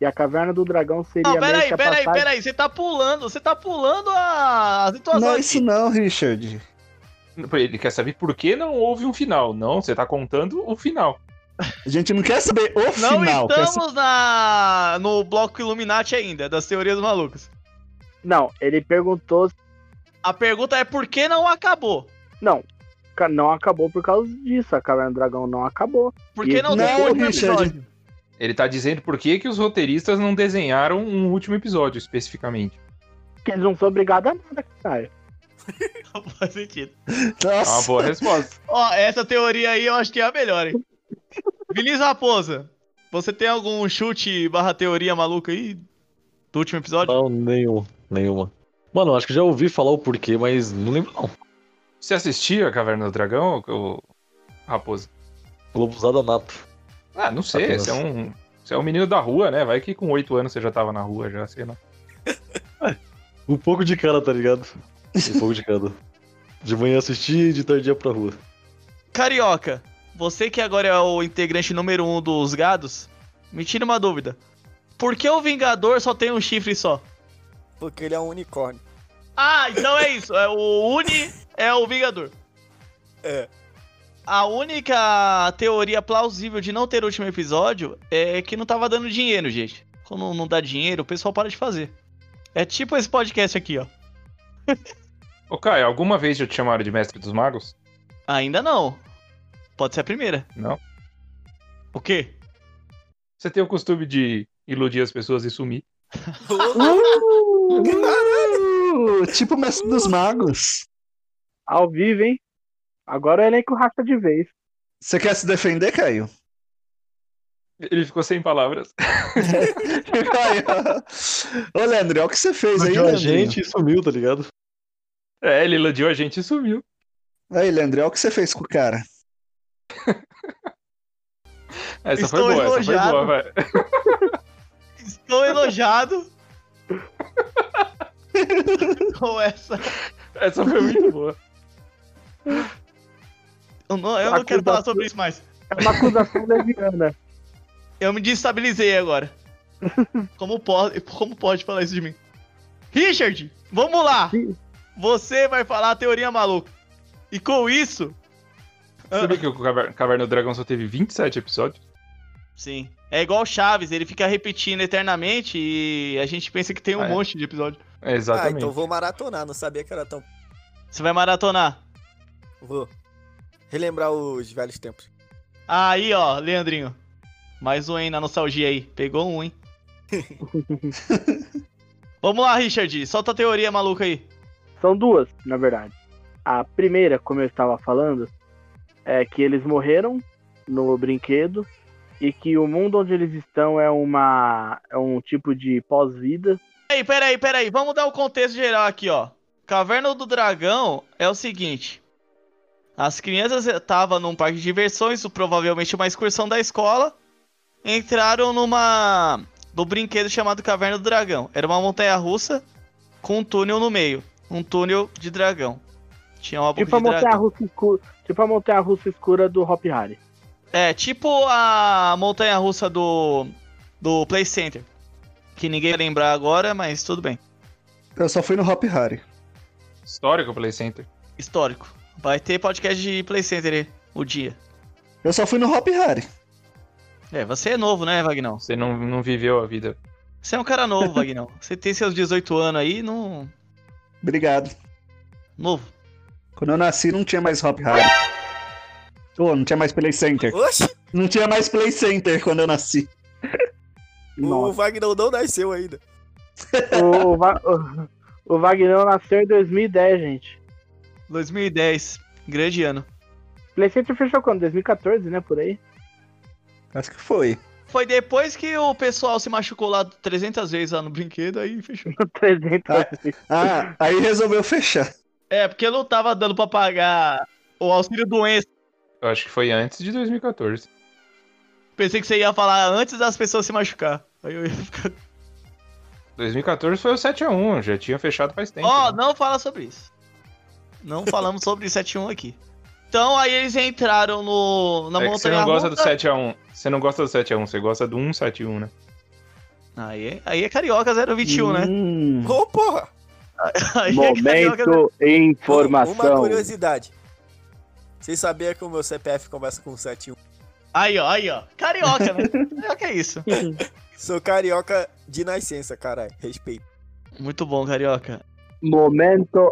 Speaker 4: E a caverna do dragão seria
Speaker 1: Não,
Speaker 4: meio
Speaker 1: peraí,
Speaker 4: que a
Speaker 1: peraí,
Speaker 4: passagem-
Speaker 1: peraí, você tá pulando, você tá pulando a, a situação.
Speaker 3: não,
Speaker 1: aqui.
Speaker 3: isso não, Richard.
Speaker 2: Ele quer saber por que não houve um final. Não, você tá contando o final.
Speaker 3: A gente não é quer saber o
Speaker 1: Não
Speaker 3: final. quer sa-
Speaker 1: estamos na, no bloco Illuminati ainda, das teorias malucas.
Speaker 4: Não, ele perguntou
Speaker 1: A pergunta é por que não acabou?
Speaker 4: Ca- não acabou por causa disso. A Caverna do Dragão não acabou.
Speaker 1: Por que não,
Speaker 3: Não,
Speaker 1: tem outro
Speaker 3: Richard.
Speaker 1: episódio? (laughs)
Speaker 2: Ele tá dizendo por que, que os roteiristas não desenharam um último episódio especificamente.
Speaker 4: Porque eles não são obrigados a nada, cara.
Speaker 1: Não faz sentido.
Speaker 2: É uma boa resposta.
Speaker 1: Ó, essa teoria aí eu acho que é a melhor, hein? Vinícius Raposa, você tem algum chute barra teoria maluca aí? Do último episódio?
Speaker 6: Não, nenhum. Nenhuma. Mano, acho que já ouvi falar o porquê, mas não lembro não.
Speaker 2: Você assistia a Caverna do Dragão ou Raposa?
Speaker 6: Globuzada nato.
Speaker 2: Ah, não sei.
Speaker 6: Apenas.
Speaker 2: Você é, um, você é um menino da rua, né? Vai que com oito anos você já tava na rua, já sei lá.
Speaker 6: Um pouco de cada, tá ligado? Um pouco de cada. De manhã assistir e de tarde ia pra rua.
Speaker 1: Carioca, você que agora é o integrante número um dos gados, me tira uma dúvida. Por que o Vingador só tem um chifre só?
Speaker 5: Porque ele é um unicórnio.
Speaker 1: Ah, então é isso. É, o Uni é o Vingador.
Speaker 5: É.
Speaker 1: A única teoria plausível de não ter o último episódio é que não tava dando dinheiro, gente. Quando não dá dinheiro, o pessoal para de fazer. É tipo esse podcast aqui, ó.
Speaker 2: Ô, Caio, alguma vez já te chamaram de Mestre dos Magos?
Speaker 1: Ainda não. Pode ser a primeira.
Speaker 2: Não.
Speaker 1: O quê?
Speaker 2: Você tem o costume de iludir as pessoas e sumir.
Speaker 3: Uh, tipo o mestre dos magos.
Speaker 4: Ao vivo, hein? Agora o elenco racha de vez.
Speaker 3: Você quer se defender, Caio? (laughs)
Speaker 2: Ele ficou sem palavras. (laughs)
Speaker 3: Caio. Ô, Leandro, olha o que você fez aí, é
Speaker 6: Iludiu a
Speaker 3: Leandro.
Speaker 6: gente e sumiu, tá ligado?
Speaker 2: É, ele iludiu a gente e sumiu.
Speaker 3: Aí, Leandro, olha o que você fez com o cara.
Speaker 2: Essa
Speaker 1: Estou
Speaker 2: foi boa, essa foi
Speaker 1: elogiado.
Speaker 2: boa, vai.
Speaker 1: Estou elogiado. Com essa.
Speaker 2: Essa foi muito boa.
Speaker 1: Eu não, eu não quero falar sobre isso mais.
Speaker 4: É uma acusação (laughs) leviana.
Speaker 1: Eu me desestabilizei
Speaker 2: (laughs)
Speaker 1: agora. Como pode, como pode falar isso de mim? Richard, vamos lá. Você vai falar a teoria maluca. E com isso.
Speaker 2: Sabia que o Caver- Caverna do Dragão só teve 27 episódios?
Speaker 1: Sim. É igual Chaves, ele fica repetindo eternamente e a gente pensa que tem um
Speaker 2: Ah, é.
Speaker 1: monte de episódio.
Speaker 2: É,
Speaker 5: Ah,
Speaker 2: exatamente.
Speaker 5: então vou maratonar, não sabia que era tão.
Speaker 1: Você vai maratonar.
Speaker 5: Vou relembrar os velhos tempos.
Speaker 1: Aí, ó, Leandrinho. Mais um, hein, na nostalgia aí. Pegou um,
Speaker 2: (laughs)
Speaker 1: hein? Vamos lá, Richard. Solta a teoria maluca aí.
Speaker 4: São duas, na verdade. A primeira, como eu estava falando, é que eles morreram no brinquedo e que o mundo onde eles estão é uma é um tipo de pós-vida.
Speaker 1: Peraí, peraí, peraí. Vamos dar o contexto geral aqui, ó. Caverna do Dragão é o seguinte. As crianças estavam num parque de diversões, provavelmente uma excursão da escola. Entraram numa. no brinquedo chamado Caverna do Dragão. Era uma montanha russa com um túnel no meio. Um túnel de dragão. Tinha uma boca
Speaker 4: Tipo a
Speaker 1: de dragão.
Speaker 4: montanha russa escura, tipo a montanha russa escura do Hop Harry.
Speaker 1: É, tipo a montanha russa do. do Play Center. Que ninguém vai lembrar agora, mas tudo bem.
Speaker 3: Eu só fui no Hop Harry.
Speaker 2: Histórico Play Center.
Speaker 1: Histórico. Vai ter podcast de Play Center aí, o dia.
Speaker 3: Eu só fui no Hop Harry.
Speaker 1: É, você é novo, né, Vagnão?
Speaker 2: Você não, não viveu a vida.
Speaker 1: Você é um cara
Speaker 2: (laughs)
Speaker 1: novo, Vagnão. Você tem seus 18 anos aí, não.
Speaker 3: Obrigado.
Speaker 1: Novo.
Speaker 3: Quando eu nasci, não tinha mais Hop Harry. Ô, não tinha mais Play Center.
Speaker 5: Oxi,
Speaker 3: Não tinha mais Play Center quando eu nasci.
Speaker 5: o
Speaker 4: Nossa.
Speaker 5: Wagner não nasceu ainda.
Speaker 4: (laughs) o, o, Va- o, o Wagner nasceu em 2010, gente.
Speaker 1: 2010. Grande ano.
Speaker 4: PlayStation fechou quando? 2014, né, por aí? (laughs)
Speaker 1: Tá.
Speaker 3: Acho que foi.
Speaker 1: Foi depois que o pessoal se machucou lá 300 vezes lá no brinquedo, aí fechou.
Speaker 4: 300.
Speaker 3: Ah, aí resolveu fechar.
Speaker 1: É, porque não tava dando pra pagar o auxílio doença.
Speaker 2: Eu acho que foi antes de 2014.
Speaker 1: Pensei que você ia falar antes das pessoas se machucar. Aí eu ia ficar
Speaker 2: 2014 foi o 7x1, já tinha fechado faz tempo.
Speaker 1: Ó,
Speaker 2: né?
Speaker 1: não fala sobre isso. Não falamos
Speaker 2: (laughs)
Speaker 1: sobre 7-1 aqui. Então aí eles entraram no, na
Speaker 2: é que você
Speaker 1: montanha
Speaker 2: não gosta do
Speaker 1: russa.
Speaker 2: 7x1. Você não gosta do 7x1, você gosta do 171, né?
Speaker 1: Aí, é- aí é carioca 021, né?
Speaker 3: Hum.
Speaker 5: Ô, porra!
Speaker 1: Aí é carioca...
Speaker 4: Momento
Speaker 5: Uma
Speaker 4: informação.
Speaker 5: curiosidade. Vocês sabiam que o meu CPF começa com 71?
Speaker 1: Aí, ó, aí, ó. Carioca, né? Carioca é isso.
Speaker 5: Sou carioca de nascença, caralho. Respeito.
Speaker 1: Muito bom, carioca.
Speaker 4: Momento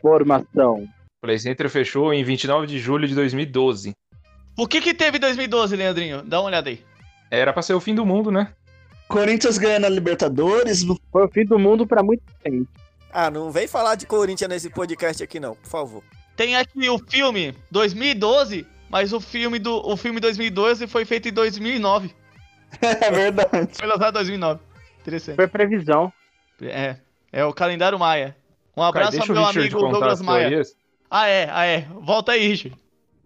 Speaker 4: informação.
Speaker 2: Play Center fechou em 29 de julho de 2012.
Speaker 1: O que que teve em 2012, Leandrinho? Dá uma olhada aí.
Speaker 2: Era pra ser o fim do mundo, né?
Speaker 3: Corinthians ganhando a Libertadores.
Speaker 4: Foi o fim do mundo pra muito tempo.
Speaker 5: Ah, não vem falar de Corinthians nesse podcast aqui, não, por favor.
Speaker 1: Tem aqui o filme 2012, mas o filme do o filme 2012 foi feito em 2009.
Speaker 3: É verdade.
Speaker 1: Foi lançado em 2009. Interessante.
Speaker 4: Foi previsão.
Speaker 1: É, é o calendário Maia. Um abraço
Speaker 2: deixa
Speaker 1: pro
Speaker 2: o
Speaker 1: meu
Speaker 2: Richard
Speaker 1: amigo
Speaker 2: contar
Speaker 1: Douglas
Speaker 2: as
Speaker 1: Maia.
Speaker 2: teorias.
Speaker 1: Ah, é, ah, é. Volta aí, Richard.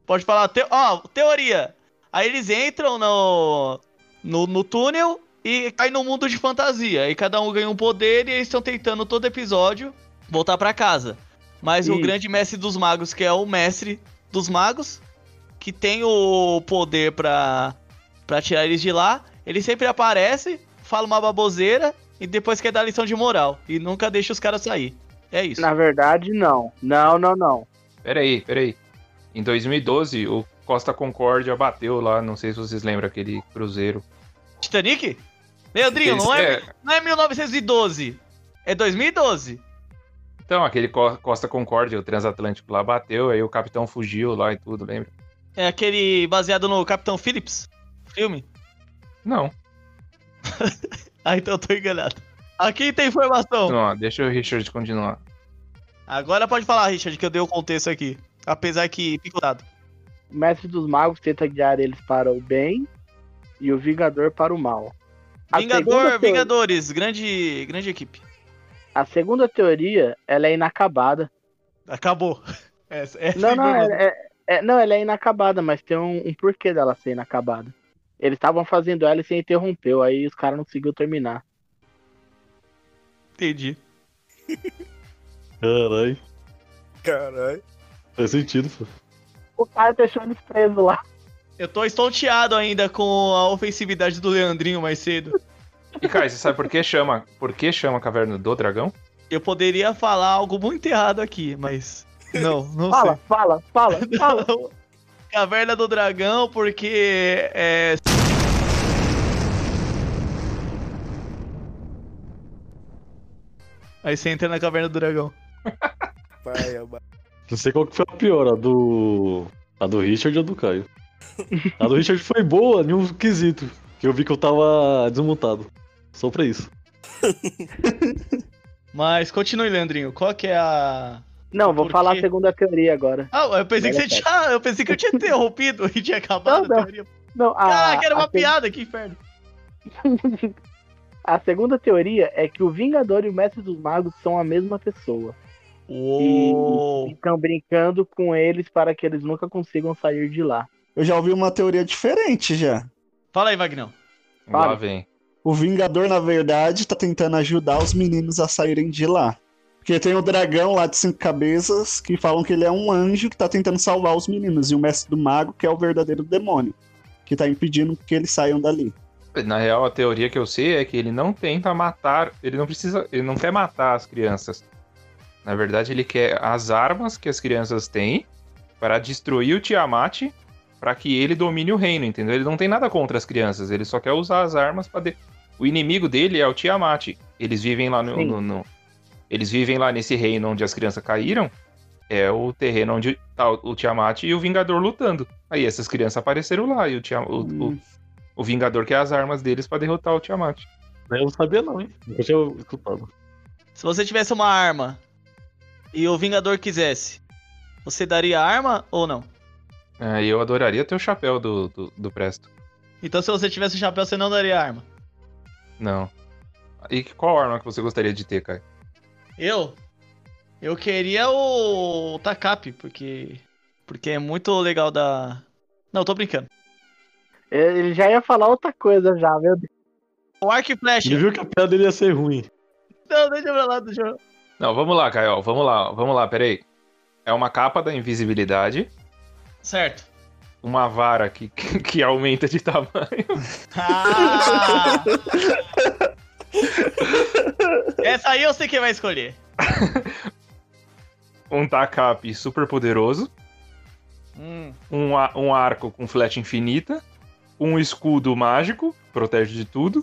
Speaker 1: Pode falar. Te... Ó, teoria. Aí eles entram no... no. no túnel e caem no mundo de fantasia. Aí cada um ganha um poder e eles estão tentando todo episódio voltar pra casa. Mas o
Speaker 4: Isso.
Speaker 1: grande mestre dos magos, que é o mestre dos magos, que tem o poder pra, pra tirar eles de lá, ele sempre aparece, fala uma baboseira e depois quer dar lição de moral. E nunca deixa os caras sair. É isso.
Speaker 4: Na verdade, não. Não, não, não.
Speaker 2: Peraí, peraí. Em 2012, o Costa Concórdia bateu lá, não sei se vocês lembram, aquele cruzeiro.
Speaker 1: Titanic? Leandrinho, não é,
Speaker 2: Eles- é,
Speaker 1: não é 1912. É 2012.
Speaker 2: Então, aquele Co- Costa Concórdia, o transatlântico lá, bateu, aí o capitão fugiu lá e tudo, lembra?
Speaker 1: É aquele baseado no Capitão Phillips. Filme.
Speaker 2: Não,
Speaker 1: Ah, então eu tô enganado. Aqui tem informação.
Speaker 2: não, deixa o Richard continuar.
Speaker 1: Agora pode falar, Richard, que eu dei o contexto aqui. Apesar que picotado.
Speaker 4: O mestre dos magos tenta guiar eles para o bem e o vingador para o mal. A segunda
Speaker 1: Vingador,
Speaker 4: teoria-
Speaker 1: Vingadores, grande, grande equipe.
Speaker 4: A segunda teoria, ela é inacabada.
Speaker 1: Acabou. (laughs) Essa, essa
Speaker 4: Não, não,
Speaker 1: informação.
Speaker 4: é, é- é- não, ela é inacabada, mas tem um, um porquê dela ser inacabada. Eles estavam fazendo ela e se interrompeu, aí os caras não conseguiu terminar.
Speaker 1: Entendi.
Speaker 6: Caralho.
Speaker 5: Caralho.
Speaker 6: Faz sentido, pô.
Speaker 4: O cara deixou eles presos lá.
Speaker 1: Eu tô estonteado ainda com a ofensividade do Leandrinho mais cedo.
Speaker 2: E, Kai, você sabe por que chama? Por que chama Caverna do Dragão?
Speaker 1: Eu poderia falar algo muito errado aqui, mas. Não, não sei.
Speaker 4: Fala, fala,
Speaker 1: (laughs)
Speaker 4: fala, fala.
Speaker 1: Não. Caverna do Dragão, porque é. Aí você entra na Caverna do Dragão.
Speaker 5: Pai, amado.
Speaker 6: Não sei qual que foi a pior, a do. A do Richard ou a
Speaker 2: (laughs)
Speaker 6: do Caio. A do Richard foi boa em um quesito. Que eu vi que eu tava desmontado. Só pra isso.
Speaker 1: Mas continue, Leandrinho. Qual que é a.
Speaker 4: Não, vou
Speaker 1: Por
Speaker 4: falar
Speaker 1: quê?
Speaker 4: a segunda teoria agora.
Speaker 1: Ah, eu pensei que você
Speaker 4: Olha
Speaker 1: tinha. Ah, Eu pensei que eu tinha interrompido (laughs) e tinha acabado
Speaker 4: Não,
Speaker 1: a
Speaker 4: não. Ah,
Speaker 1: teoria.
Speaker 4: Não, a,
Speaker 1: Caraca, era
Speaker 4: a
Speaker 1: uma
Speaker 4: seg-
Speaker 1: piada, que inferno.
Speaker 4: A segunda teoria é que o Vingador e o Mestre dos Magos são a mesma pessoa.
Speaker 1: Uou!
Speaker 4: Estão brincando com eles para que eles nunca consigam sair de lá.
Speaker 3: Eu já ouvi uma teoria diferente já.
Speaker 1: Fala aí, Vagnão.
Speaker 2: Lá
Speaker 4: Fala.
Speaker 2: vem.
Speaker 3: O Vingador, na verdade, tá tentando ajudar os meninos a saírem de lá. Porque tem o dragão lá de cinco cabeças que falam que ele é um anjo que tá tentando salvar os meninos. E o mestre do mago, que é o verdadeiro demônio, que tá impedindo que eles saiam dali.
Speaker 2: Na real, a teoria que eu sei é que ele não tenta matar, ele não precisa, ele não quer matar as crianças. Na verdade, ele quer as armas que as crianças têm para destruir o Tiamat, para que ele domine o reino, entendeu? Ele não tem nada contra as crianças, ele só quer usar as armas para de... o inimigo dele é o Tiamat. Eles vivem lá no,
Speaker 4: Sim.
Speaker 2: no- no- eles vivem lá nesse reino onde as crianças caíram. É o terreno onde tá o o Tiamat e o Vingador lutando. Aí essas crianças apareceram lá e o, Tiam, o- o- o Vingador quer as armas deles pra derrotar o Tiamat.
Speaker 6: Eu não sabia, não, hein? Eu tinha escutado.
Speaker 1: Se você tivesse uma arma e o Vingador quisesse, você daria a arma ou não?
Speaker 2: É, e eu adoraria ter o chapéu do, do, do Presto.
Speaker 1: Então se você tivesse o chapéu, você não daria a arma.
Speaker 2: Não. E que- qual arma que você gostaria de ter, Kai?
Speaker 1: Eu? Eu queria o Takap, porque. Porque é muito legal da. Não, tô brincando.
Speaker 4: Ele já ia falar outra coisa já, meu Deus.
Speaker 1: O arco e
Speaker 6: Ele
Speaker 1: flecha.
Speaker 6: viu que a piada dele ia ser ruim.
Speaker 1: Não, deixa pra lá, deixa pra lá.
Speaker 2: Não, vamos lá, Kai, ó, Vamos lá, vamos lá, peraí. É uma capa da invisibilidade,
Speaker 1: Certo.
Speaker 2: uma vara que, (laughs) que, que aumenta de tamanho. (laughs)
Speaker 1: Ah! (laughs) Essa aí eu sei quem vai escolher.
Speaker 2: Um tacape super poderoso,
Speaker 1: Hum.
Speaker 2: um, a- um arco com flecha infinita, um escudo mágico, protege de tudo,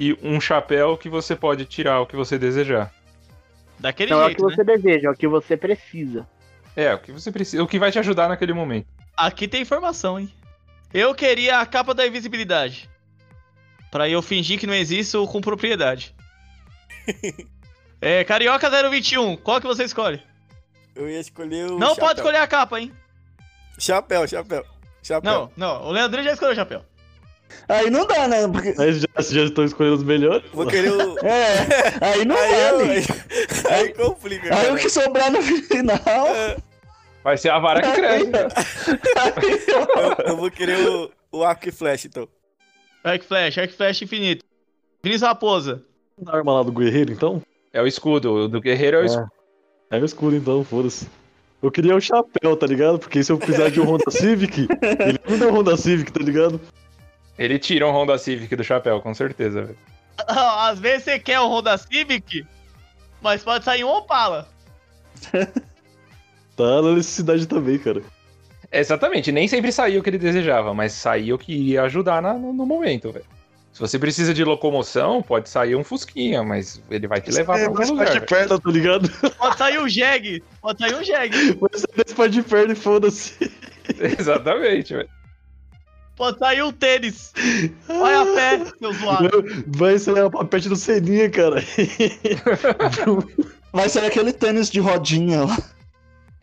Speaker 2: e um chapéu que você pode tirar o que você desejar.
Speaker 1: Daquele
Speaker 4: Não é o que
Speaker 1: jeito, né?
Speaker 4: você deseja, é o que você precisa.
Speaker 2: É, o que você precisa, o que vai te ajudar naquele momento.
Speaker 1: Aqui tem informação, hein? Eu queria a capa da invisibilidade. Pra eu fingir que não existo com propriedade. É, Carioca 021, qual que você escolhe?
Speaker 5: Eu ia escolher o.
Speaker 1: não
Speaker 5: chapéu.
Speaker 1: pode escolher a capa, hein?
Speaker 5: Chapéu, chapéu. Chapéu.
Speaker 1: Não, não. O Leandrinho já escolheu o chapéu.
Speaker 3: Aí não dá, né? Porque-
Speaker 6: Aí já, já estão escolhendo os melhores.
Speaker 5: Vou querer o.
Speaker 3: (laughs) É, aí não
Speaker 5: Aí eu-
Speaker 3: vale.
Speaker 5: Aí complica,
Speaker 3: Aí o
Speaker 5: cara.
Speaker 3: que sobrar no final.
Speaker 2: Vai ser a vara
Speaker 3: É.
Speaker 2: que cresce. cara.
Speaker 5: Eu, eu vou querer o, o arco e flecha, então.
Speaker 1: Arc Flash, Arc Flash infinito. Vinícius Raposa. (laughs)
Speaker 6: Na arma lá do guerreiro, então?
Speaker 2: É o escudo. O do guerreiro é o
Speaker 6: É.
Speaker 2: escudo.
Speaker 6: É o escudo, então, foda-se. Eu queria o chapéu, tá ligado? Porque se eu precisar de um
Speaker 2: (laughs)
Speaker 6: Honda Civic, ele me dá um Honda Civic, tá ligado?
Speaker 2: Ele tira um Honda Civic do chapéu, com certeza, velho.
Speaker 1: Às vezes você quer um Honda Civic, mas pode sair um Opala.
Speaker 6: Tá na necessidade também, cara.
Speaker 2: É, Exatamente, nem sempre saiu o que ele desejava, mas saiu o que ia ajudar na- no, no momento, velho. Se você precisa de locomoção, pode sair um Fusquinha, mas ele vai te levar pra
Speaker 6: é,
Speaker 2: algum
Speaker 6: mais
Speaker 2: lugar.
Speaker 6: parte de
Speaker 2: velho.
Speaker 6: perna, tá ligado?
Speaker 1: Pode sair um Jeg, pode sair um Jeg,
Speaker 6: Vai ser desse parte de perna e foda-se.
Speaker 2: (laughs) Exatamente, velho.
Speaker 1: pode sair um tênis. Vai a pé, seu zoado.
Speaker 6: Vai ser a papete do Seninha, cara.
Speaker 3: Vai ser aquele tênis de rodinha lá.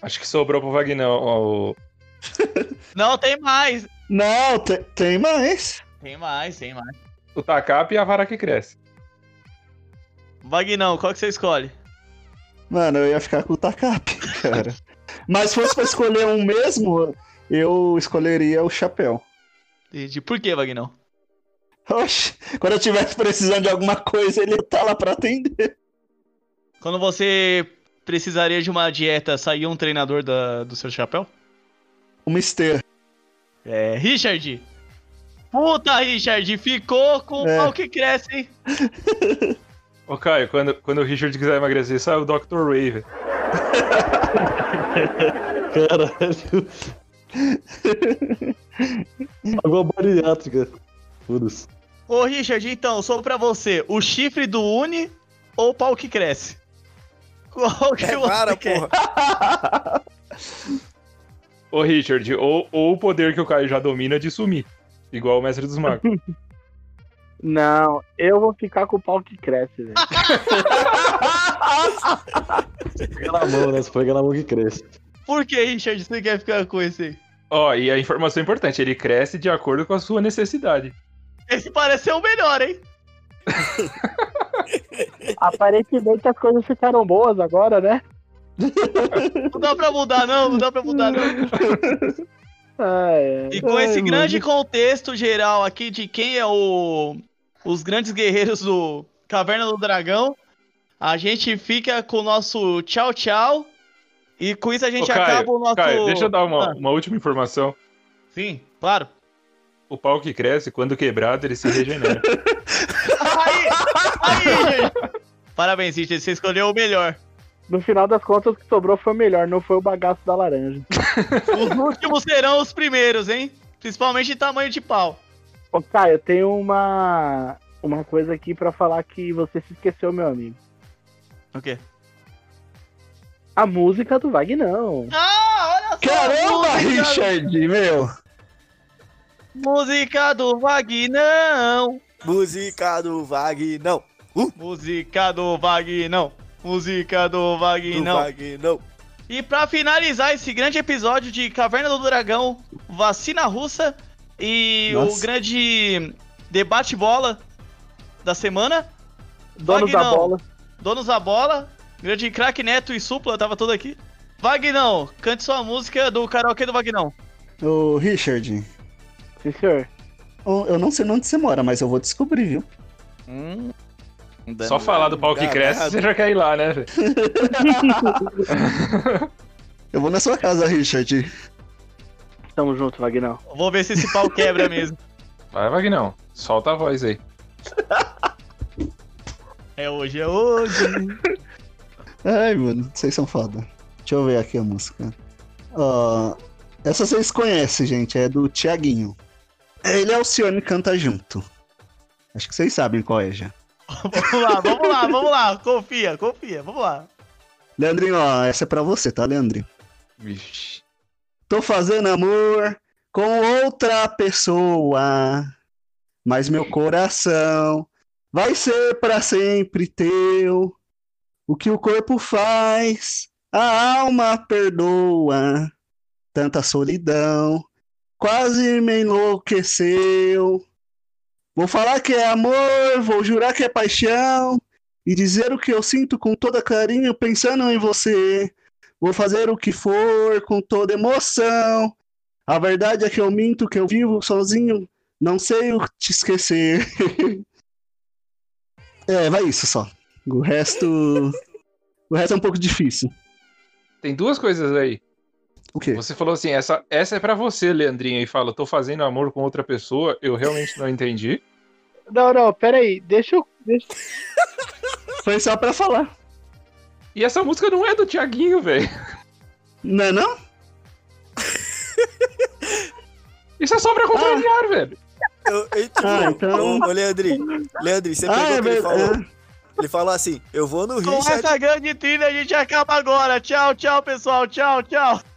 Speaker 2: Acho que sobrou pro Vagnão. ó, o-
Speaker 1: Não, tem mais.
Speaker 3: Não, te- tem mais.
Speaker 1: Tem mais, tem mais.
Speaker 2: o Takap e a vara que cresce.
Speaker 1: Vagnão, qual que você escolhe?
Speaker 3: Mano, eu ia ficar com o Takap, cara. Mas se fosse pra escolher um mesmo, eu escolheria o chapéu.
Speaker 1: Entendi. Por que, Vagnão?
Speaker 3: Oxi, quando eu tivesse precisando de alguma coisa, ele ia tá lá pra atender.
Speaker 1: Quando você precisaria de uma dieta, saiu um treinador da- do seu chapéu?
Speaker 3: Uma esteira.
Speaker 1: É, Richard. Puta, Richard, ficou com
Speaker 3: É.
Speaker 1: o pau que cresce, hein?
Speaker 2: Ô, Caio, quando, quando o Richard quiser emagrecer, sai o Dr. Wave.
Speaker 6: Caralho. Água bariátrica. Foda-se.
Speaker 1: Ô, Richard, então, sou pra você. O chifre do Uni ou o pau que cresce? Qual que
Speaker 5: É
Speaker 1: você
Speaker 5: vara,
Speaker 1: quer?
Speaker 5: porra.
Speaker 2: Ô, Richard, ou, ou o poder que o Caio já domina é de sumir. Igual o Mestre dos Magos.
Speaker 4: Não, eu vou ficar com o pau que cresce, velho.
Speaker 6: Pega na mão, né? Você pega na mão que cresce.
Speaker 1: Por que, Richard, você quer ficar com esse aí?
Speaker 2: Ó, e a informação importante, ele cresce de acordo com a sua necessidade.
Speaker 1: Esse parece ser o melhor, hein?
Speaker 4: Aparentemente as coisas ficaram boas agora, né?
Speaker 1: Não dá pra mudar, não. Não dá pra mudar, não.
Speaker 4: Ah, é.
Speaker 1: E com
Speaker 3: Ai,
Speaker 1: esse
Speaker 3: mano.
Speaker 1: grande contexto geral aqui de quem é o... Os grandes guerreiros do Caverna do Dragão, a gente fica com o nosso tchau-tchau. E com isso a gente
Speaker 2: Ô, Caio,
Speaker 1: acaba o nosso...
Speaker 2: Caio, deixa eu dar uma,
Speaker 1: Ah.
Speaker 2: uma última informação.
Speaker 1: Sim, claro.
Speaker 2: O pau que cresce, quando quebrado, ele se regenera.
Speaker 1: Aí,
Speaker 2: (laughs)
Speaker 1: aí, gente. Parabéns, Richard, você escolheu o melhor.
Speaker 4: No final das contas, o que sobrou foi o melhor, não foi o bagaço da laranja.
Speaker 1: Os últimos serão os primeiros, hein? Principalmente em tamanho de pau.
Speaker 4: Ô, Caio, eu tenho uma, uma coisa aqui pra falar que você se esqueceu, meu amigo.
Speaker 1: O quê?
Speaker 4: A música do Vagnão.
Speaker 1: Ah, olha só!
Speaker 6: Tá
Speaker 3: Caramba,
Speaker 1: música,
Speaker 3: Richard, meu!
Speaker 1: Música do Vagnão!
Speaker 5: Música do Vag, não.
Speaker 1: Música do Vagnão! Música do
Speaker 5: Do
Speaker 1: Vagnão!
Speaker 5: Vag, não.
Speaker 1: E pra finalizar esse grande episódio de Caverna do Dragão, vacina russa e o
Speaker 5: Nossa.
Speaker 1: grande debate bola da semana,
Speaker 4: Dono da
Speaker 1: Vagnão.
Speaker 4: bola.
Speaker 1: Donos da Bola, grande craque Neto e Supla, tava todo aqui. Vagnão, cante sua música do karaokê do Vagnão.
Speaker 3: Ô, Richard,
Speaker 4: Sim, senhor.
Speaker 3: ô, eu não sei onde você mora, mas eu vou descobrir, viu?
Speaker 2: Só falar do pau que cresce, você já quer ir lá, né?
Speaker 3: Eu vou na sua casa, (laughs) Richard.
Speaker 4: Tamo junto, Vagnão.
Speaker 1: Vou ver se esse pau quebra mesmo.
Speaker 2: Vai, Vagnão. Solta a voz aí.
Speaker 1: (laughs) É hoje, é hoje.
Speaker 3: Ai, mano, vocês são foda. Deixa eu ver aqui a música. Ó, essa vocês conhecem, gente, é do Tiaguinho. Ele é o Cione Canta Junto. Acho que vocês sabem qual é já.
Speaker 1: (laughs) vamos lá, vamos lá, vamos lá. Confia, confia, vamos lá.
Speaker 3: Leandrinho, ó, essa é pra você, tá, Leandrinho?
Speaker 2: Vixe.
Speaker 3: Tô fazendo amor com outra pessoa, mas meu coração vai ser pra sempre teu. O que o corpo faz, a alma perdoa. Tanta solidão quase me enlouqueceu. Vou falar que é amor, vou jurar que é paixão, e dizer o que eu sinto com todo carinho, pensando em você. Vou fazer o que for com toda emoção. A verdade é que eu minto, que eu vivo sozinho, não sei o que te esquecer. (laughs) é, vai isso só. O resto. o resto é um pouco difícil.
Speaker 2: Tem duas coisas aí.
Speaker 3: O quê?
Speaker 2: Você falou assim, essa, essa é pra você, Leandrinha, e fala, tô fazendo amor com outra pessoa, eu realmente não entendi.
Speaker 4: Não, não, peraí. Deixa eu. Deixa...
Speaker 3: Foi só pra falar.
Speaker 2: E essa música não é do Tiaguinho, velho.
Speaker 3: Não é não?
Speaker 2: Isso é só pra contrariar, velho.
Speaker 5: Eu, eu entendi.
Speaker 3: Ah, então-
Speaker 5: Ô, ô, Leandrinho, Leandrinho, você pegou
Speaker 3: Ah, é
Speaker 5: o que ele falou?
Speaker 3: verdade.
Speaker 5: Ele falou assim, eu vou no
Speaker 1: Com
Speaker 5: Richard...
Speaker 1: essa grande trilha a gente acaba agora. Tchau, tchau, pessoal. Tchau, tchau.